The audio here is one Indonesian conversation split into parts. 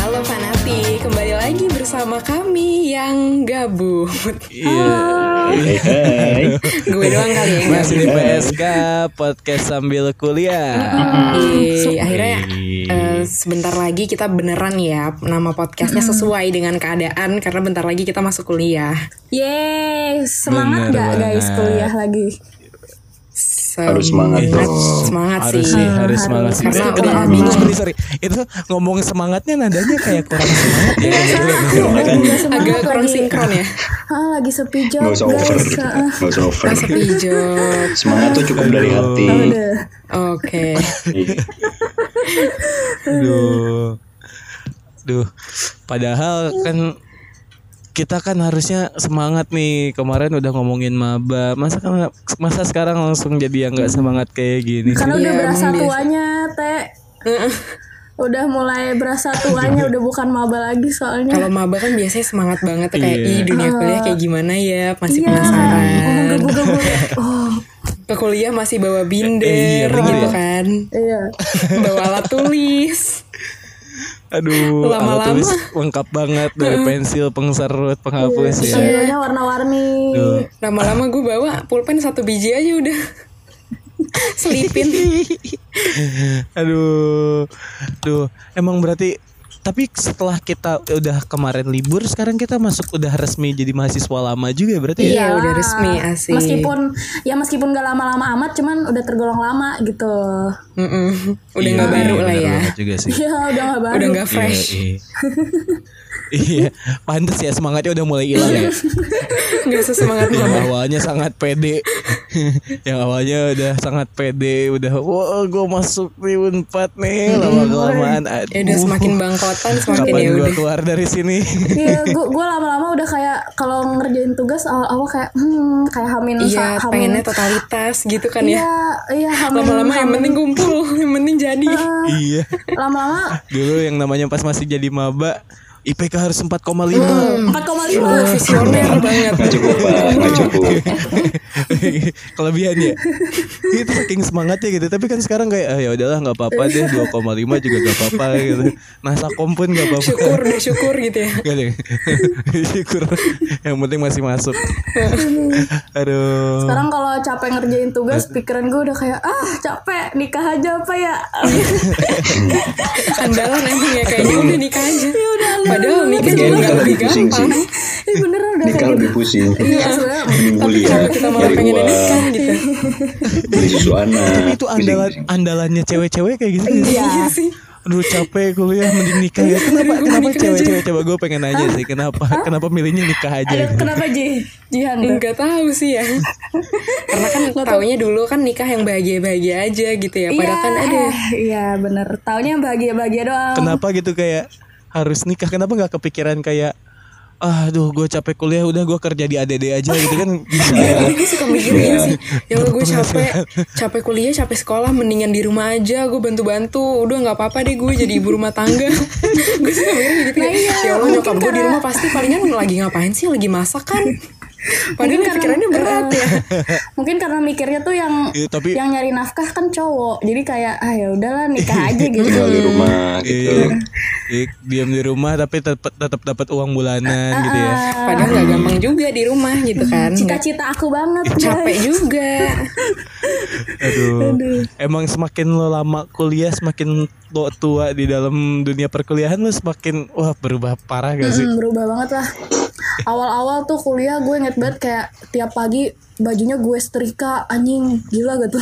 Halo Fanapi, kembali lagi bersama kami yang gabut. Iya. Oh, Hey, hey. Gue doang kali ya yang Masih di gabut. PSK podcast sambil kuliah. Yeay, Iya, akhirnya eh, sebentar lagi kita beneran ya nama podcastnya sesuai dengan keadaan karena bentar lagi kita masuk kuliah. Yeay, Bener semangat nggak guys banget. kuliah lagi? Semangat- semangat dong. iya, Semangat Harus sih. sih, harus semangat sih. Karena Itu- udah itu- bingung. sorry, sorry. Itu ngomong semangatnya nadanya kayak kurang semangat ya. Lagi nggak semangat, Agak kurang lagi- sinkron ya. Ah, lagi sepi job Gak usah over, guys. Ah, gak usah over. Masuk hijau. Semangat tuh cukup dari hati. ah. Udah. Oke. Iya. Duh. Duh. Padahal kan kita kan harusnya semangat nih. Kemarin udah ngomongin maba. Masa kan masa sekarang langsung jadi yang nggak semangat kayak gini. sih? Karena udah Iya, berasa emang biasa. tuanya, Teh. Udah mulai berasa tuanya, udah bukan maba lagi soalnya. Iya, Kalau maba kan biasanya semangat banget ya, kayak ih dunia kuliah kayak gimana ya, masih Iya, emang penasaran. gebu-gebu. Oh, Ke kuliah masih bawa binder Iya, bener gitu ya. kan. iya. Bawa alat tulis. Aduh, Lama-lama. alat tulis lengkap banget dari pensil, penserut, penghapus Iya. ya. Sambilannya warna-warni. Duh. Lama-lama gue bawa pulpen satu biji aja udah. Selipin. Aduh. Duh, emang berarti tapi setelah kita udah kemarin libur, sekarang kita masuk udah resmi jadi mahasiswa lama juga berarti ya. Iya, Iyalah. udah resmi, asik. Meskipun ya meskipun gak lama-lama amat, cuman udah tergolong lama gitu. Mm-mm. Udah nggak Iya, baru bener lah ya. banget juga sih. Iya, udah gak baru. Udah nggak fresh. Iya, iya. iya, pantes ya semangatnya udah mulai hilang Iya. ya. Nggak sesemangat Yang maba. awalnya sangat pede, yang awalnya udah sangat pede, udah wah gue masuk di unpad nih lama kelamaan. Iya. Ya udah semakin bangkotan semakin ya Uh. Kapan gue udah. keluar dari sini? Iya, gue gua lama-lama udah kayak kalau ngerjain tugas awal-awal kayak hmm kayak hamin Iya, sa- hamin. pengennya totalitas gitu kan ya. Iya, iya hamin. Lama-lama yang hamin. Eh, penting kumpul, yang penting jadi. Ah, iya. lama-lama Iya. Dulu yang namanya pas masih jadi maba, IPK harus 4,5. Hmm. 4,5. Visioner Iya. banget. Gak cukup, Pak. Gak cukup. Kelebihan ya. Itu saking semangatnya gitu. Tapi kan sekarang kayak ah, ya udahlah nggak apa-apa deh 2,5 juga nggak apa-apa gitu. Nasa kom pun nggak apa-apa. Syukur deh syukur gitu ya. Gak deh. Syukur. Yang penting masih masuk. Aduh. Sekarang kalau capek ngerjain Eh. tugas, pikiran gue udah kayak ah capek nikah aja apa ya. Andalan emang ya kayaknya udah nikah aja. Ya Padahal gitu. nikah Tapi juga nikah lebih lebih pusing gampang. sih. Ini beneran udah Nikah kayak lebih pusing. Iya, sebenarnya Mending kuliah, Kenapa kita malah nyari pengen nikah uang, gitu. beli susu Tapi anak. itu pusing, andalan pusing. andalannya cewek-cewek kayak gitu. nggak sih? Iya sih. Aduh capek kuliah mending nikah ya. Kenapa mending kenapa nikah cewek-cewek coba gue pengen nanya sih kenapa kenapa milihnya nikah Aduh, aja? gitu? kenapa Ji? Jihan tuh. Enggak tahu sih ya. Karena kan taunya dulu kan nikah yang bahagia-bahagia aja gitu ya. Padahal kan ada eh, Iya bener. Taunya bahagia-bahagia doang. kenapa gitu kayak harus nikah kenapa nggak kepikiran kayak ah aduh gue capek kuliah udah gue kerja di ADD aja gitu kan bisa Iya. ya. gue suka mikir gini sih Ya Allah, gue capek Capek kuliah, capek sekolah Mendingan di rumah aja Gue bantu-bantu Udah gak apa-apa deh gue jadi ibu rumah tangga Gue suka mikir gitu kayak, Ya Allah nyokap gue di rumah pasti Palingan lagi ngapain sih Lagi masak kan Padahal pikirannya berat ya Mungkin karena mikirnya tuh yang Iya, tapi- yang nyari nafkah kan cowok. Jadi kayak ah ya udahlah nikah aja gitu. Tinggal di rumah gitu. Iya. Iya, diam di rumah tapi tetap tetap dapat uang bulanan gitu ya Padahal gak gampang juga di rumah gitu kan Iya. Nggak Cita-cita aku banget Capek guys. juga aduh. emang semakin lo lama kuliah semakin lo tua di dalam dunia perkuliahan lo semakin wah berubah parah gak sih Hmm, berubah banget lah. Awal-awal tuh kuliah gue inget banget kayak tiap pagi bajunya gue setrika anjing gila gitu.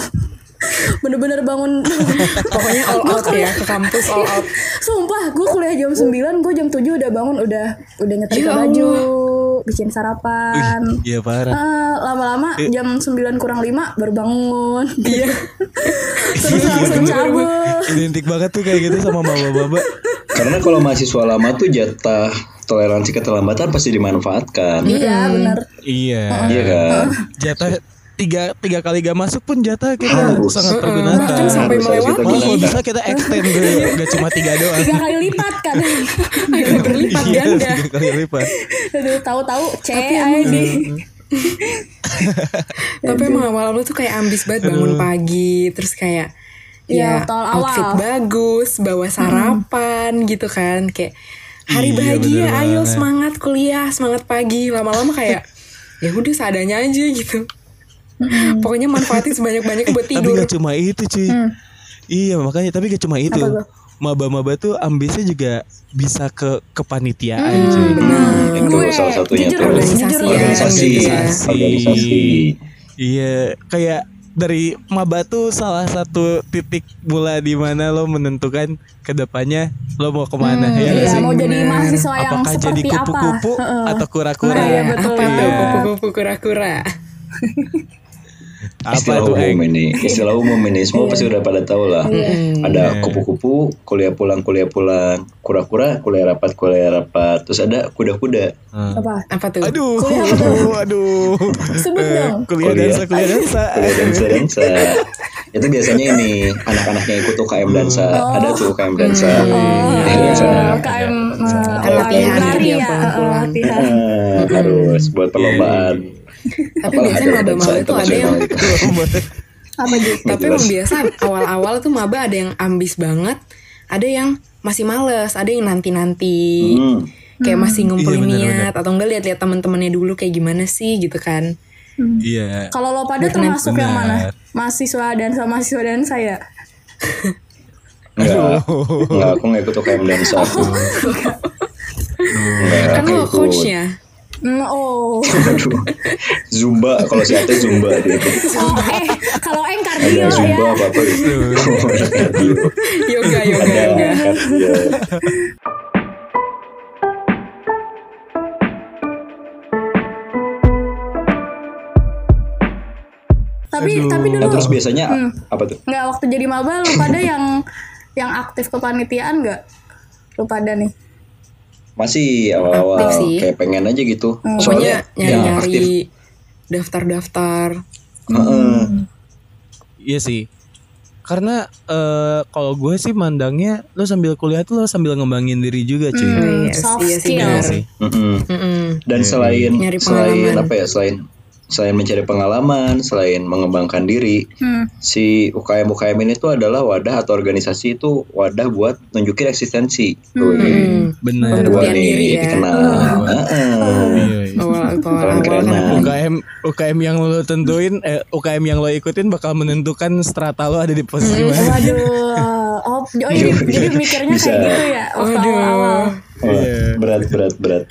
Bener-bener bangun Pokoknya all out ya Ke kampus all out Sumpah gue kuliah jam 9 Gue jam 7 udah bangun Udah udah nyetrika Ya Allah. baju Bikin sarapan iya parah Eh, lama-lama jam 9 kurang 5 baru bangun. Iya Iya, Terus langsung cabut. identik banget tuh kayak gitu sama maba-maba Karena kalau mahasiswa lama tuh jatah toleransi keterlambatan pasti dimanfaatkan. Iya, benar. iya Iya kan? jatah tiga tiga kali gak masuk pun jatah kita Harus. sangat pergunakan Bahkan sampai Harus, harus melewati Malah kalau Iya. Oh, bisa kita extend dulu Gak cuma tiga doang Iya. Tiga kali lipat kan. Agak berlipat Iya ganda tiga kali lipat Aduh, tahu-tahu C Tapi emang- ID. Tapi emang awal-awal tuh kayak ambis banget bangun pagi, terus kayak ya, Iya, tol awal. Hmm. outfit bagus, bawa sarapan gitu kan, kayak hari Iya, bahagia, bener ayo banget. semangat kuliah, semangat pagi. Lama-lama kayak ya udah seadanya aja gitu. Hmm. Pokoknya manfaatin sebanyak-banyaknya buat Tapi tidur. gak cuma itu cuy Iya makanya tapi gak cuma itu Apa tuh? Maba-maba tuh ambisnya juga bisa ke kepanitiaan Iya. cuy Hmm, iya, Itu salah satunya jujur, tuh. jujur, Organisasi, Organisasi. iya, organisasi. Organisasi. Iya kayak dari maba tuh salah satu titik mula di mana lo menentukan kedepannya lo mau kemana ya nggak Iya, sih? mau jadi mahasiswa yang Apakah jadi seperti kupu-kupu apa? Heeh. atau kura-kura? Nah, iya, betul. Apa tuh Iya. kupu-kupu kura-kura? Apa istilah tuh umum Eng? ini istilah umum ini semua pasti udah pada tahu lah ada kupu-kupu kuliah pulang kuliah pulang kura-kura kuliah rapat kuliah rapat terus ada kuda-kuda Ah. Apa? Apa tuh? Aduh, Kuliah apa tuh? aduh. Sebut Eh, dong. Kuliah Iya. Kuliah. dansa, kuliah dansa. kuliah dansa dansa itu biasanya ini anak-anaknya ikut UKM dansa ada tuh UKM dansa Iya, Oh, Kuliah dansa Eh, KM eh, Kalau apa, pilihan lari dia ya, pulang-pulang. eh, latihan. Iya. Eh, harus Iya, buat perlombaan Tapi Apalah biasanya ada dansa maba-maba tuh ada yang internasional itu. Apa gitu? Nggak Tapi jelas. emang biasa awal-awal tuh maba ada yang ambis banget, ada yang masih males, ada yang nanti-nanti. Hmm. Kayak masih ngumpulin Iya, bener, niat atau enggak lihat-lihat teman-temannya dulu kayak gimana sih gitu kan. Iya. Kalau lo pada termasuk yang Benar. mana? Mahasiswa dan sama mahasiswa dan saya. Enggak, enggak, aku nggak ikut UKM dansa aku. Enggak, Kan lo aku Ya, ikut. coachnya. Mm, oh. Aduh. Zumba, kalau si Ate Zumba dia ikut. Oh, eh kalau Eng Ada Iya, Iya, kardio ya. Zumba apa apa gitu. Yoga, yoga, Ada yoga. kardio. Tapi tapi Nah, dulu terus Hmm. biasanya apa tuh? nggak waktu jadi maba lu pada yang yang aktif kepanitiaan nggak? Lu pada nih. Masih awal-awal Aktif sih. Hmm, kayak pengen aja gitu. Pokoknya Soalnya yang aktif. nyari-nyari daftar-daftar. Heeh. Hmm. Iya sih. Karena eh, kalau gue sih mandangnya lo sambil kuliah tuh lo sambil ngembangin diri juga cuy. Hmm, Yes, soft iya sih, skill. Iya sih. Mm-mm. Mm-mm. Dan selain Nyari selain pengalaman. apa ya? Selain selain mencari pengalaman, selain mengembangkan diri, Hmm. si UKM UKM ini tuh adalah wadah atau organisasi itu wadah buat nunjukin eksistensi. Tuh, Bener. Gua Hmm. Pembuktian diri nih ya. dikenal. Iya, iya. Awal awal awal kan Keren-kerenan. ada- UKM UKM yang lo tentuin eh, UKM yang lo ikutin bakal menentukan strata lo ada di posisi mana. Hmm. Waduh. Oh, oh, jadi, jadi mikirnya Iya, Bisa. kayak gitu ya waktu awal-awal. Wah, Berat berat berat.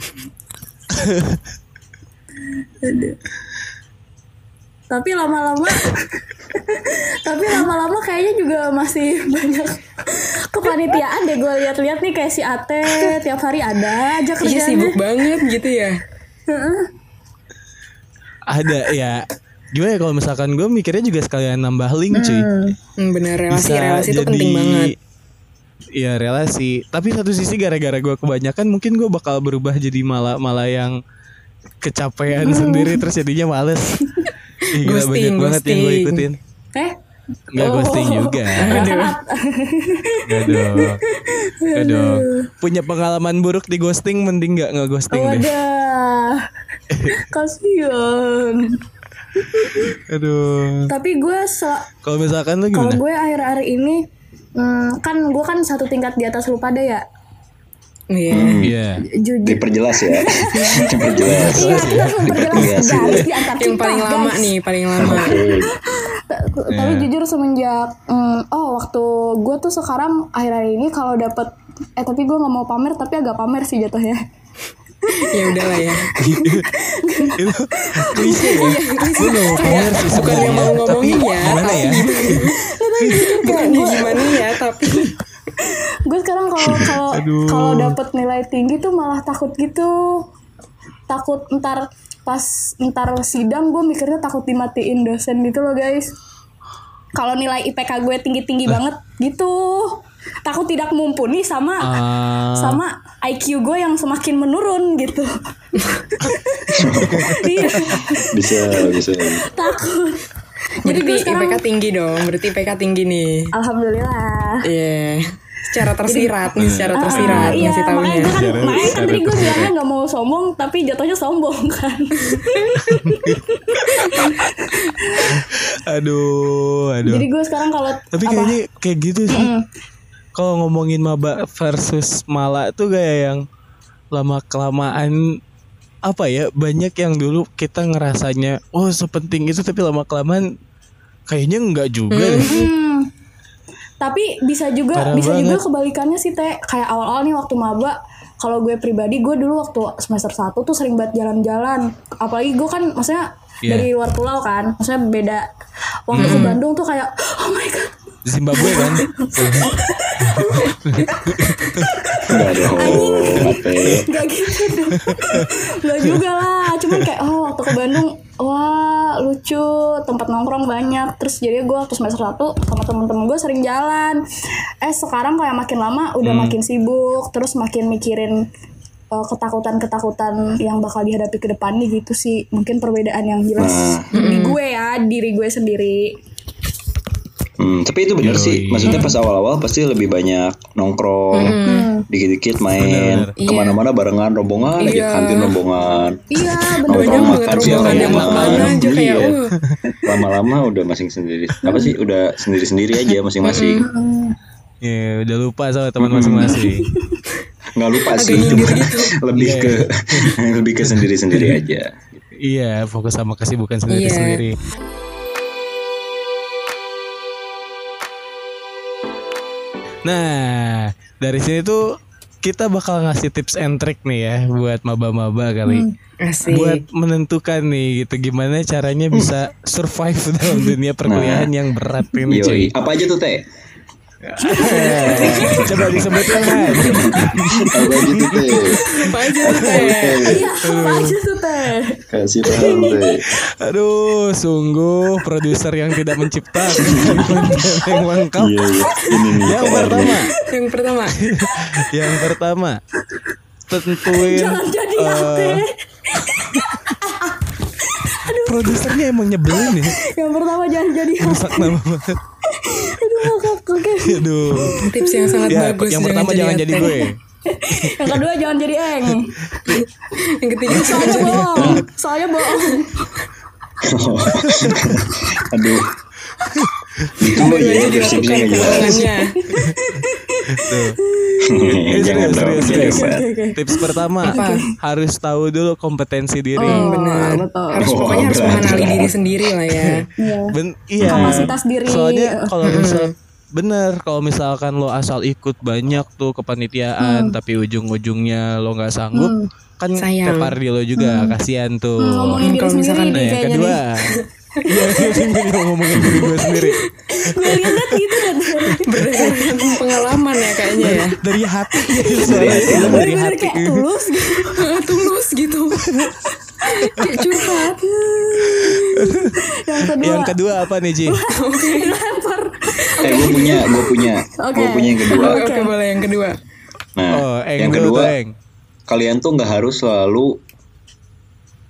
Tapi lama-lama Tapi lama-lama kayaknya juga masih banyak kepanitiaan deh gue lihat-lihat nih kayak si Ate tiap hari ada aja Iya sibuk kerjaannya. banget gitu ya. Ada ya. Gimana ya kalau misalkan gue mikirnya juga sekalian nambah link cuy. Hmm, Bener relasi Bisa relasi itu jadi- penting banget. Iya relasi. Tapi satu sisi gara-gara gue kebanyakan mungkin gue bakal berubah jadi malah malah yang kecapean sendiri terus jadinya males. Ih, Gila Ghosting, banyak banget yang gue ghosting. Oh. ikutin. Eh? Nggak ghosting juga. Nggak dong. Nggak dong. Punya pengalaman buruk di ghosting mending nggak ngeghosting deh. Wadah. Kasian. Aduh. Tapi gue sel- Kalau misalkan lu kalau gimana? gue akhir-akhir ini hmm, kan gue kan satu tingkat di atas lu pada ya. Iya. Hmm. Iya. Jujur. Diperjelas ya. Diperjelas. Iya, kita harus memperjelas guys di antar Yang kita, paling guys. lama nih, paling lama. Oke. Ta- Tapi jujur semenjak mm, oh waktu gue tuh sekarang akhir-akhir ini kalau dapet eh tapi gue nggak mau pamer tapi agak pamer sih jatuhnya. ya udahlah ya. Iya, Itu klise ya. Lu nggak mau pamer sih Bukan yang mau sebenarnya, tapi ngomongin ya, Gimana ya? Bukan gimana ya, tapi Gue sekarang kalau kalau kalau dapet nilai tinggi tuh malah takut gitu. Takut ntar pas ntar sidang gue mikirnya takut dimatiin dosen gitu loh guys. Kalau nilai IPK gue tinggi-tinggi banget gitu. Takut tidak mumpuni sama Ah. sama IQ gue yang semakin menurun gitu. iya, Bisa bisa. takut. Jadi berarti gue sekarang IPK tinggi dong, berarti IPK tinggi nih. alhamdulillah. Iya. secara tersirat nih secara tersirat iya, ngasih makanya tahunya gue kan, Secara- makanya kan secara tadi gue bilangnya gak mau sombong, tapi jatuhnya sombong kan. Aduh, aduh. Jadi gue sekarang kalau Iya. Tapi kayaknya kayak gitu sih. Kalau ngomongin maba versus mala tuh kayak yang lama kelamaan apa ya banyak yang dulu kita ngerasanya oh sepenting itu tapi lama kelamaan kayaknya enggak juga deh. Hmm. Tapi bisa juga Parah bisa juga banget. kebalikannya sih teh kayak awal-awal nih waktu maba kalau gue pribadi gue dulu waktu semester 1 tuh sering banget jalan-jalan apalagi gue kan maksudnya Iya. dari luar pulau kan maksudnya beda waktu ke Bandung tuh kayak oh my god Zimbabwe kan Enggak dong. Pe. nggak gitu dong nggak juga lah cuman kayak oh waktu ke Bandung wah lucu tempat nongkrong banyak terus jadi gue waktu semester satu sama temen-temen gue sering jalan eh sekarang kayak makin lama udah makin sibuk terus makin mikirin eh, ketakutan-ketakutan yang bakal dihadapi ke depan nih gitu sih mungkin perbedaan yang jelas di gue ya diri gue sendiri Hmm, tapi itu bener sih. Maksudnya pas awal-awal pasti lebih banyak nongkrong, dikit-dikit main, kemana-mana barengan rombongan, aja Iya. kantin rombongan. iya bener banyak Nongkrong banget makan siang rombongan yang rombongan. mana aja kayak Iya. uh Lama-lama udah masing sendiri. Apa sih? Udah sendiri-sendiri aja masing-masing. Hmm. ya udah lupa sama teman masing-masing Nggak lupa sih. nyindir cuma gitu. lebih ke lebih ke sendiri-sendiri aja. iya fokus sama kesibukan sendiri-sendiri Nah, dari sini tuh kita bakal ngasih tips and trick nih ya buat maba-maba kali. asik Buat menentukan nih gitu gimana caranya bisa survive dalam dunia perkuliahan yang berat ini cuy. Yoi. Apa aja tuh teh? Eh, Coba disebutin kan. Apa aja tuh teh? apa aja tuh teh iya apa aja tuh teh Kasih tahu teh. Aduh, sungguh produser yang tidak menciptakan konten yang lengkap. Iya iya. Ini nih. Yang PR nih. pertama, yang pertama yang pertama tentuin jangan jadi ya, eh, apa produsernya emang nyebelin ya. yang pertama jangan jadi ya. apa Rusak nama banget. aduh kakak kakak. Aduh. tips yang sangat Ya, bagus yang pertama jangan jadi atlet. gue. Yang kedua jangan jadi eng. yang ketiga jangan Soalnya jadi bohong. Soalnya bohong. Aduh. Itu Oh, loh Dua-duanya iya, ya dilakukan tips-tipsnya nggak jelas. keuangannya Eh, Jangan serius, dong. serius, Jangan serius. Mbak. Tips pertama Apa? harus tahu dulu kompetensi diri. benar Oh, betul. harus Oh, pokoknya harus berat, mengenali berat. diri sendiri lah ya Iya. Ben- iya. Kapasitas diri. Soalnya kalau misal bener kalau misalkan lo asal ikut banyak tuh kepanitiaan tapi ujung-ujungnya lo nggak sanggup kan Sayang. tepar di lo juga kasihan tuh. Ngomongin diri Kalau misalkan sendiri Nah yang nih kayaknya kedua nih. Iya jadi ngomongin diri gue sendiri Gue liat gitu dan berdasarkan pengalaman ya kayaknya ya Iya. Dari hati Suara itu dari bener-bener hati kayak tulus gitu. tulus gitu kayak curhat Yang kedua. Yang kedua apa nih Ji? Dilempar. Eh gue punya, gue punya, Oke. gue punya yang kedua. oke oke, boleh yang kedua Nah, Oh Eng yang dulu kedua tuh, Eng. kalian tuh nggak harus selalu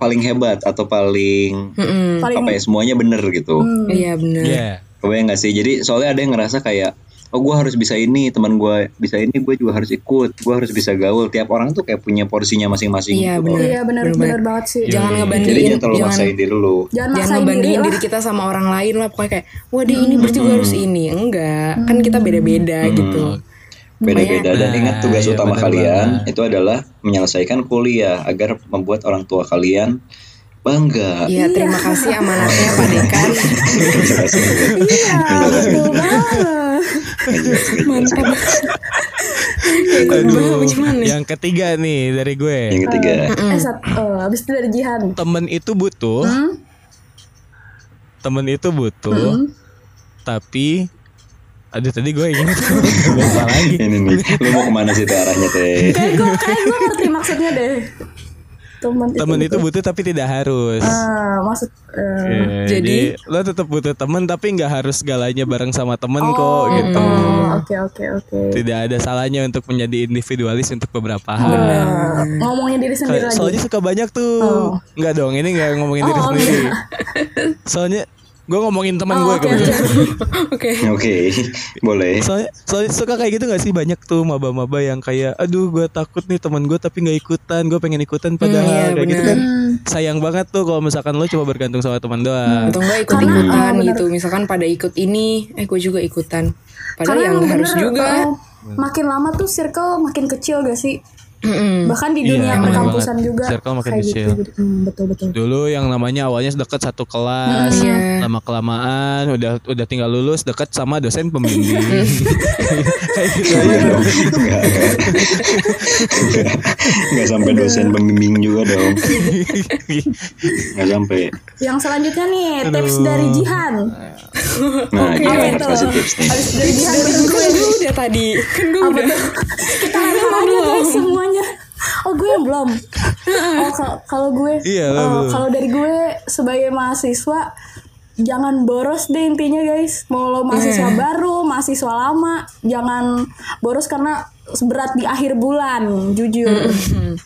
paling hebat atau paling Mm-mm. apa Paling ya semuanya bener gitu. iya benar Iya Kebayang nggak sih? Jadi soalnya ada yang ngerasa kayak oh gue harus bisa ini teman gue bisa ini gue juga harus ikut gue harus bisa gaul tiap orang tuh kayak punya porsinya masing-masing Iya, gitu. bener. Iya. iya bener-bener banget sih. jangan jadi Iya, ngebandingin jangan terlalu maksain diri lu Jangan jangan maksain diri ngebandingin lah. diri kita sama orang lain lah pokoknya kayak wah dia ini berarti gue harus ini enggak kan kita beda-beda gitu beda-beda dan ingat tugas iya, utama bener kalian itu adalah menyelesaikan kuliah agar membuat orang tua kalian bangga Iya terima kasih amanatnya Pak Dekan Iya, betul banget. mantap Iya, kayak gue banget gimana Yang ketiga nih dari gue yang ketiga Ah, Eh, sat- eh, abis itu dari Jihan. Temen itu butuh Temen itu butuh Tapi Aduh tadi gue ingat Lupa lagi ini nih lu mau kemana sih teh arahnya teh Kayak gue Eh, kayak gue ngerti maksudnya deh. Temen itu. Temen itu butuh tapi tidak harus Eh, maksud eh, Iya, Ah, jadi, lo tetap butuh temen tapi nggak harus galanya bareng sama temen kok gitu. oh, Oke oke oke. Tidak ada salahnya untuk menjadi individualis untuk beberapa hal. Eh, Ngomongin diri sendiri lagi. Soalnya suka banyak tuh. Enggak dong, ini nggak ngomongin diri Oh, sendiri. Soalnya Gue ngomongin teman Oh, gue oke, kebetulan. Oke. Oke, boleh. Soalnya, soalnya suka kayak gitu gak sih banyak tuh maba-maba yang kayak aduh gue takut nih teman gue tapi nggak ikutan gue pengen Hmm, ikutan padahal iya, kayak gitu bener. kan sayang banget tuh kalau misalkan lo cuma bergantung sama teman doang Atau enggak eh, ikut-ikutan gitu Misalkan pada ikut ini Eh gue juga ikutan Padahal yang emang nggak harus bener, eh, juga kalau makin lama tuh circle makin kecil gak sih? Mm-mm. Bahkan di Iya, dunia bener perkampusan banget. juga Circle makin kayak kecil. Gitu, Hmm, betul betul. dulu yang namanya awalnya deket satu kelas Hmm, Iya. lama kelamaan udah udah tinggal lulus deket sama dosen Iya. pembimbing kayak gitu aja. Enggak dong. Enggak. Enggak. Enggak sampai dosen pembimbing juga dong. Iya. Enggak sampai. Yang selanjutnya nih tips dari Jihan. Nah, Oke. gimana Apa harus kasih tips nih. Habis dari Jihan Dan baru gue. Kan gue udah tadi Kan gue udah Iya, Kita harap aja guys semuanya. Oh gue yang belum. Oh ka- kalau gue, Iya, eh, lo belum. kalau dari gue sebagai mahasiswa jangan boros deh intinya guys. Mau lo mahasiswa baru, mahasiswa lama, jangan boros karena berat di akhir bulan, jujur.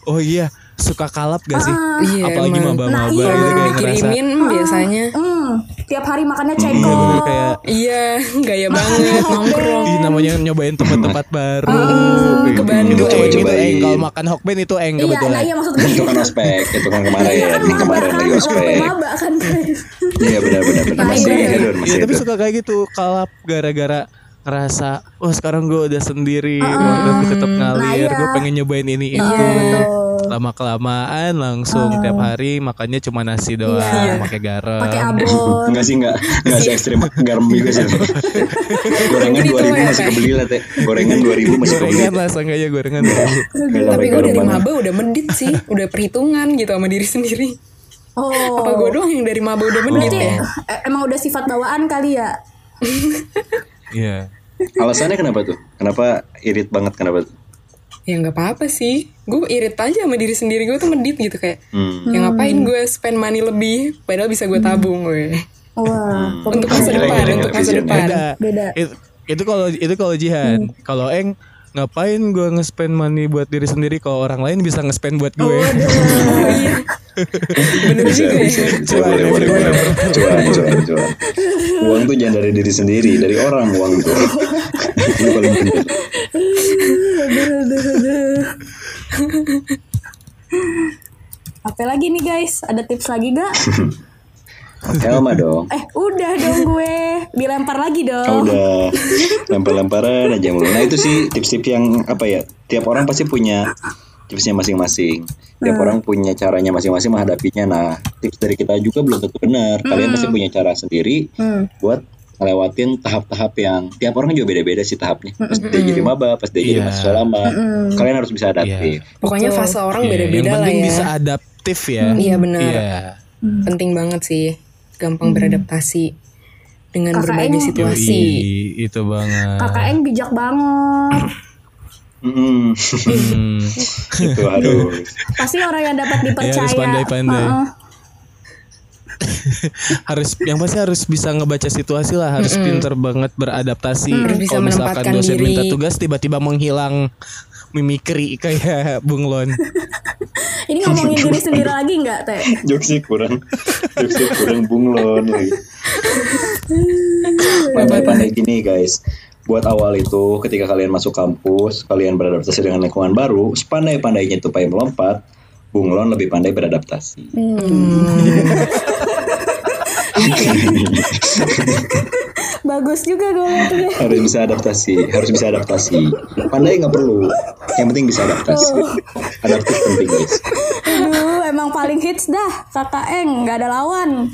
oh iya suka kalap gak sih Iya, apalagi emang. maba-maba Ah, Nah, iya. gitu Baru kayak ngerasa dikirimin biasanya Hmm, tiap hari makannya iya ceko. dulu kayak Iya, Iya gaya banget Nongkrong Iya, Ih, namanya nyobain Ah, tempat-tempat baru. Hmm, ke Bandung. Itu eng, itu eng. Coba-cobain. Kalau makan hokben itu eng Iya, kebetulan. nah iya maksud gue. Itu kan ospek, itu kan kemarin, Iya kan yang maba kemarin kan, lagi waktu ospek. maba kan guys. Iya benar-benar benar. Nah, masih iya. hedon, Iya, masih tapi hedon. suka kayak gitu kalap gara-gara ngerasa oh sekarang gue udah sendiri Ah, uang tapi tetap ngalir Nah, iya. gue pengen nyobain ini itu lama kelamaan langsung Ah. tiap hari makannya cuma Iya. nasi doang pakai garam Pakai Ah. abon. Enggak sih enggak enggak se ekstrim garam juga sih. Gorengan Mungkin itu 2000 ya, masih Teh. kebeli lah teh. Gorengan 2000 masih kebeli. gorengan lah seenggaknya Iya. gorengan Enggak Tapi sampai gue dari garam banget. maba udah mendit sih Udah perhitungan gitu sama diri sendiri Oh. Apa gue doang yang dari maba udah mendit Berarti ya eh, emang udah sifat bawaan kali ya? iya Alasannya kenapa tuh? Kenapa irit banget kenapa tuh? Ya nggak apa-apa sih Gue irit aja sama diri sendiri Gue tuh mendit gitu kayak Hmm. Ya ngapain gue spend money lebih Padahal bisa gue tabung gue Wah, Hmm. Untuk masa Gila, depan gila, Untuk gila, masa vision. depan Hmm. beda Beda. It- itu kalau itu kalau jihad kalau eng ngapain gue nge-spend money buat diri sendiri kalau orang lain bisa nge-spend buat Oh, gue Iya. Bener Bisa, juga bisa, ya bisa, boleh, boleh, boleh. iya. Cuan, cuan, cuan. Uang tuh jangan dari diri sendiri, dari orang uang tuh. Itu paling penting. Apa lagi nih guys? Ada tips lagi gak? Helma dong. Eh, udah dong gue. Dilempar lagi Kalau dong. Oh, udah lempar-lemparan aja mulu. Nah itu sih tips-tips yang apa ya? Tiap orang pasti punya tipsnya masing-masing. Tiap orang punya caranya masing-masing menghadapinya. Nah tips dari kita juga belum tentu benar. Kalian pasti punya cara sendiri Hmm. buat ngelewatin tahap-tahap yang tiap orang juga beda-beda sih tahapnya. Pas dia jadi maba, pas dia jadi Iya. mahasiswa lama, kalian harus bisa adaptif. Pokoknya fase orang Iya, beda-beda yang lah penting ya bisa adaptif ya Iya, benar. Iya. Penting banget sih Gampang beradaptasi Dengan berbagai situasi Yoi, itu banget Kakak Eng bijak banget. Mm-mm. Hmm. itu harus. Pasti orang yang Iya, dapat Ya, dipercaya. harus pandai-pandai. Heeh. harus yang pasti harus bisa ngebaca situasi lah harus pinter banget beradaptasi Harus bisa kalau misalkan menempatkan dosen diri. minta tugas tiba-tiba menghilang mimikri kayak bunglon Ini ngomongin diri sendiri lagi nggak, Teh? Joksi kurang, joksi kurang bunglon lagi. Pandai-pandai gini guys. Buat awal itu ketika kalian masuk kampus, kalian beradaptasi dengan lingkungan baru, sepandai-pandainya tupai melompat, bunglon lebih pandai beradaptasi. Bagus juga gue liatnya. Harus bisa adaptasi, harus bisa adaptasi. Pandai nggak perlu, yang penting bisa adaptasi. Adaptif penting guys. Aduh, emang paling hits dah. Kakak Eng, nggak ada lawan.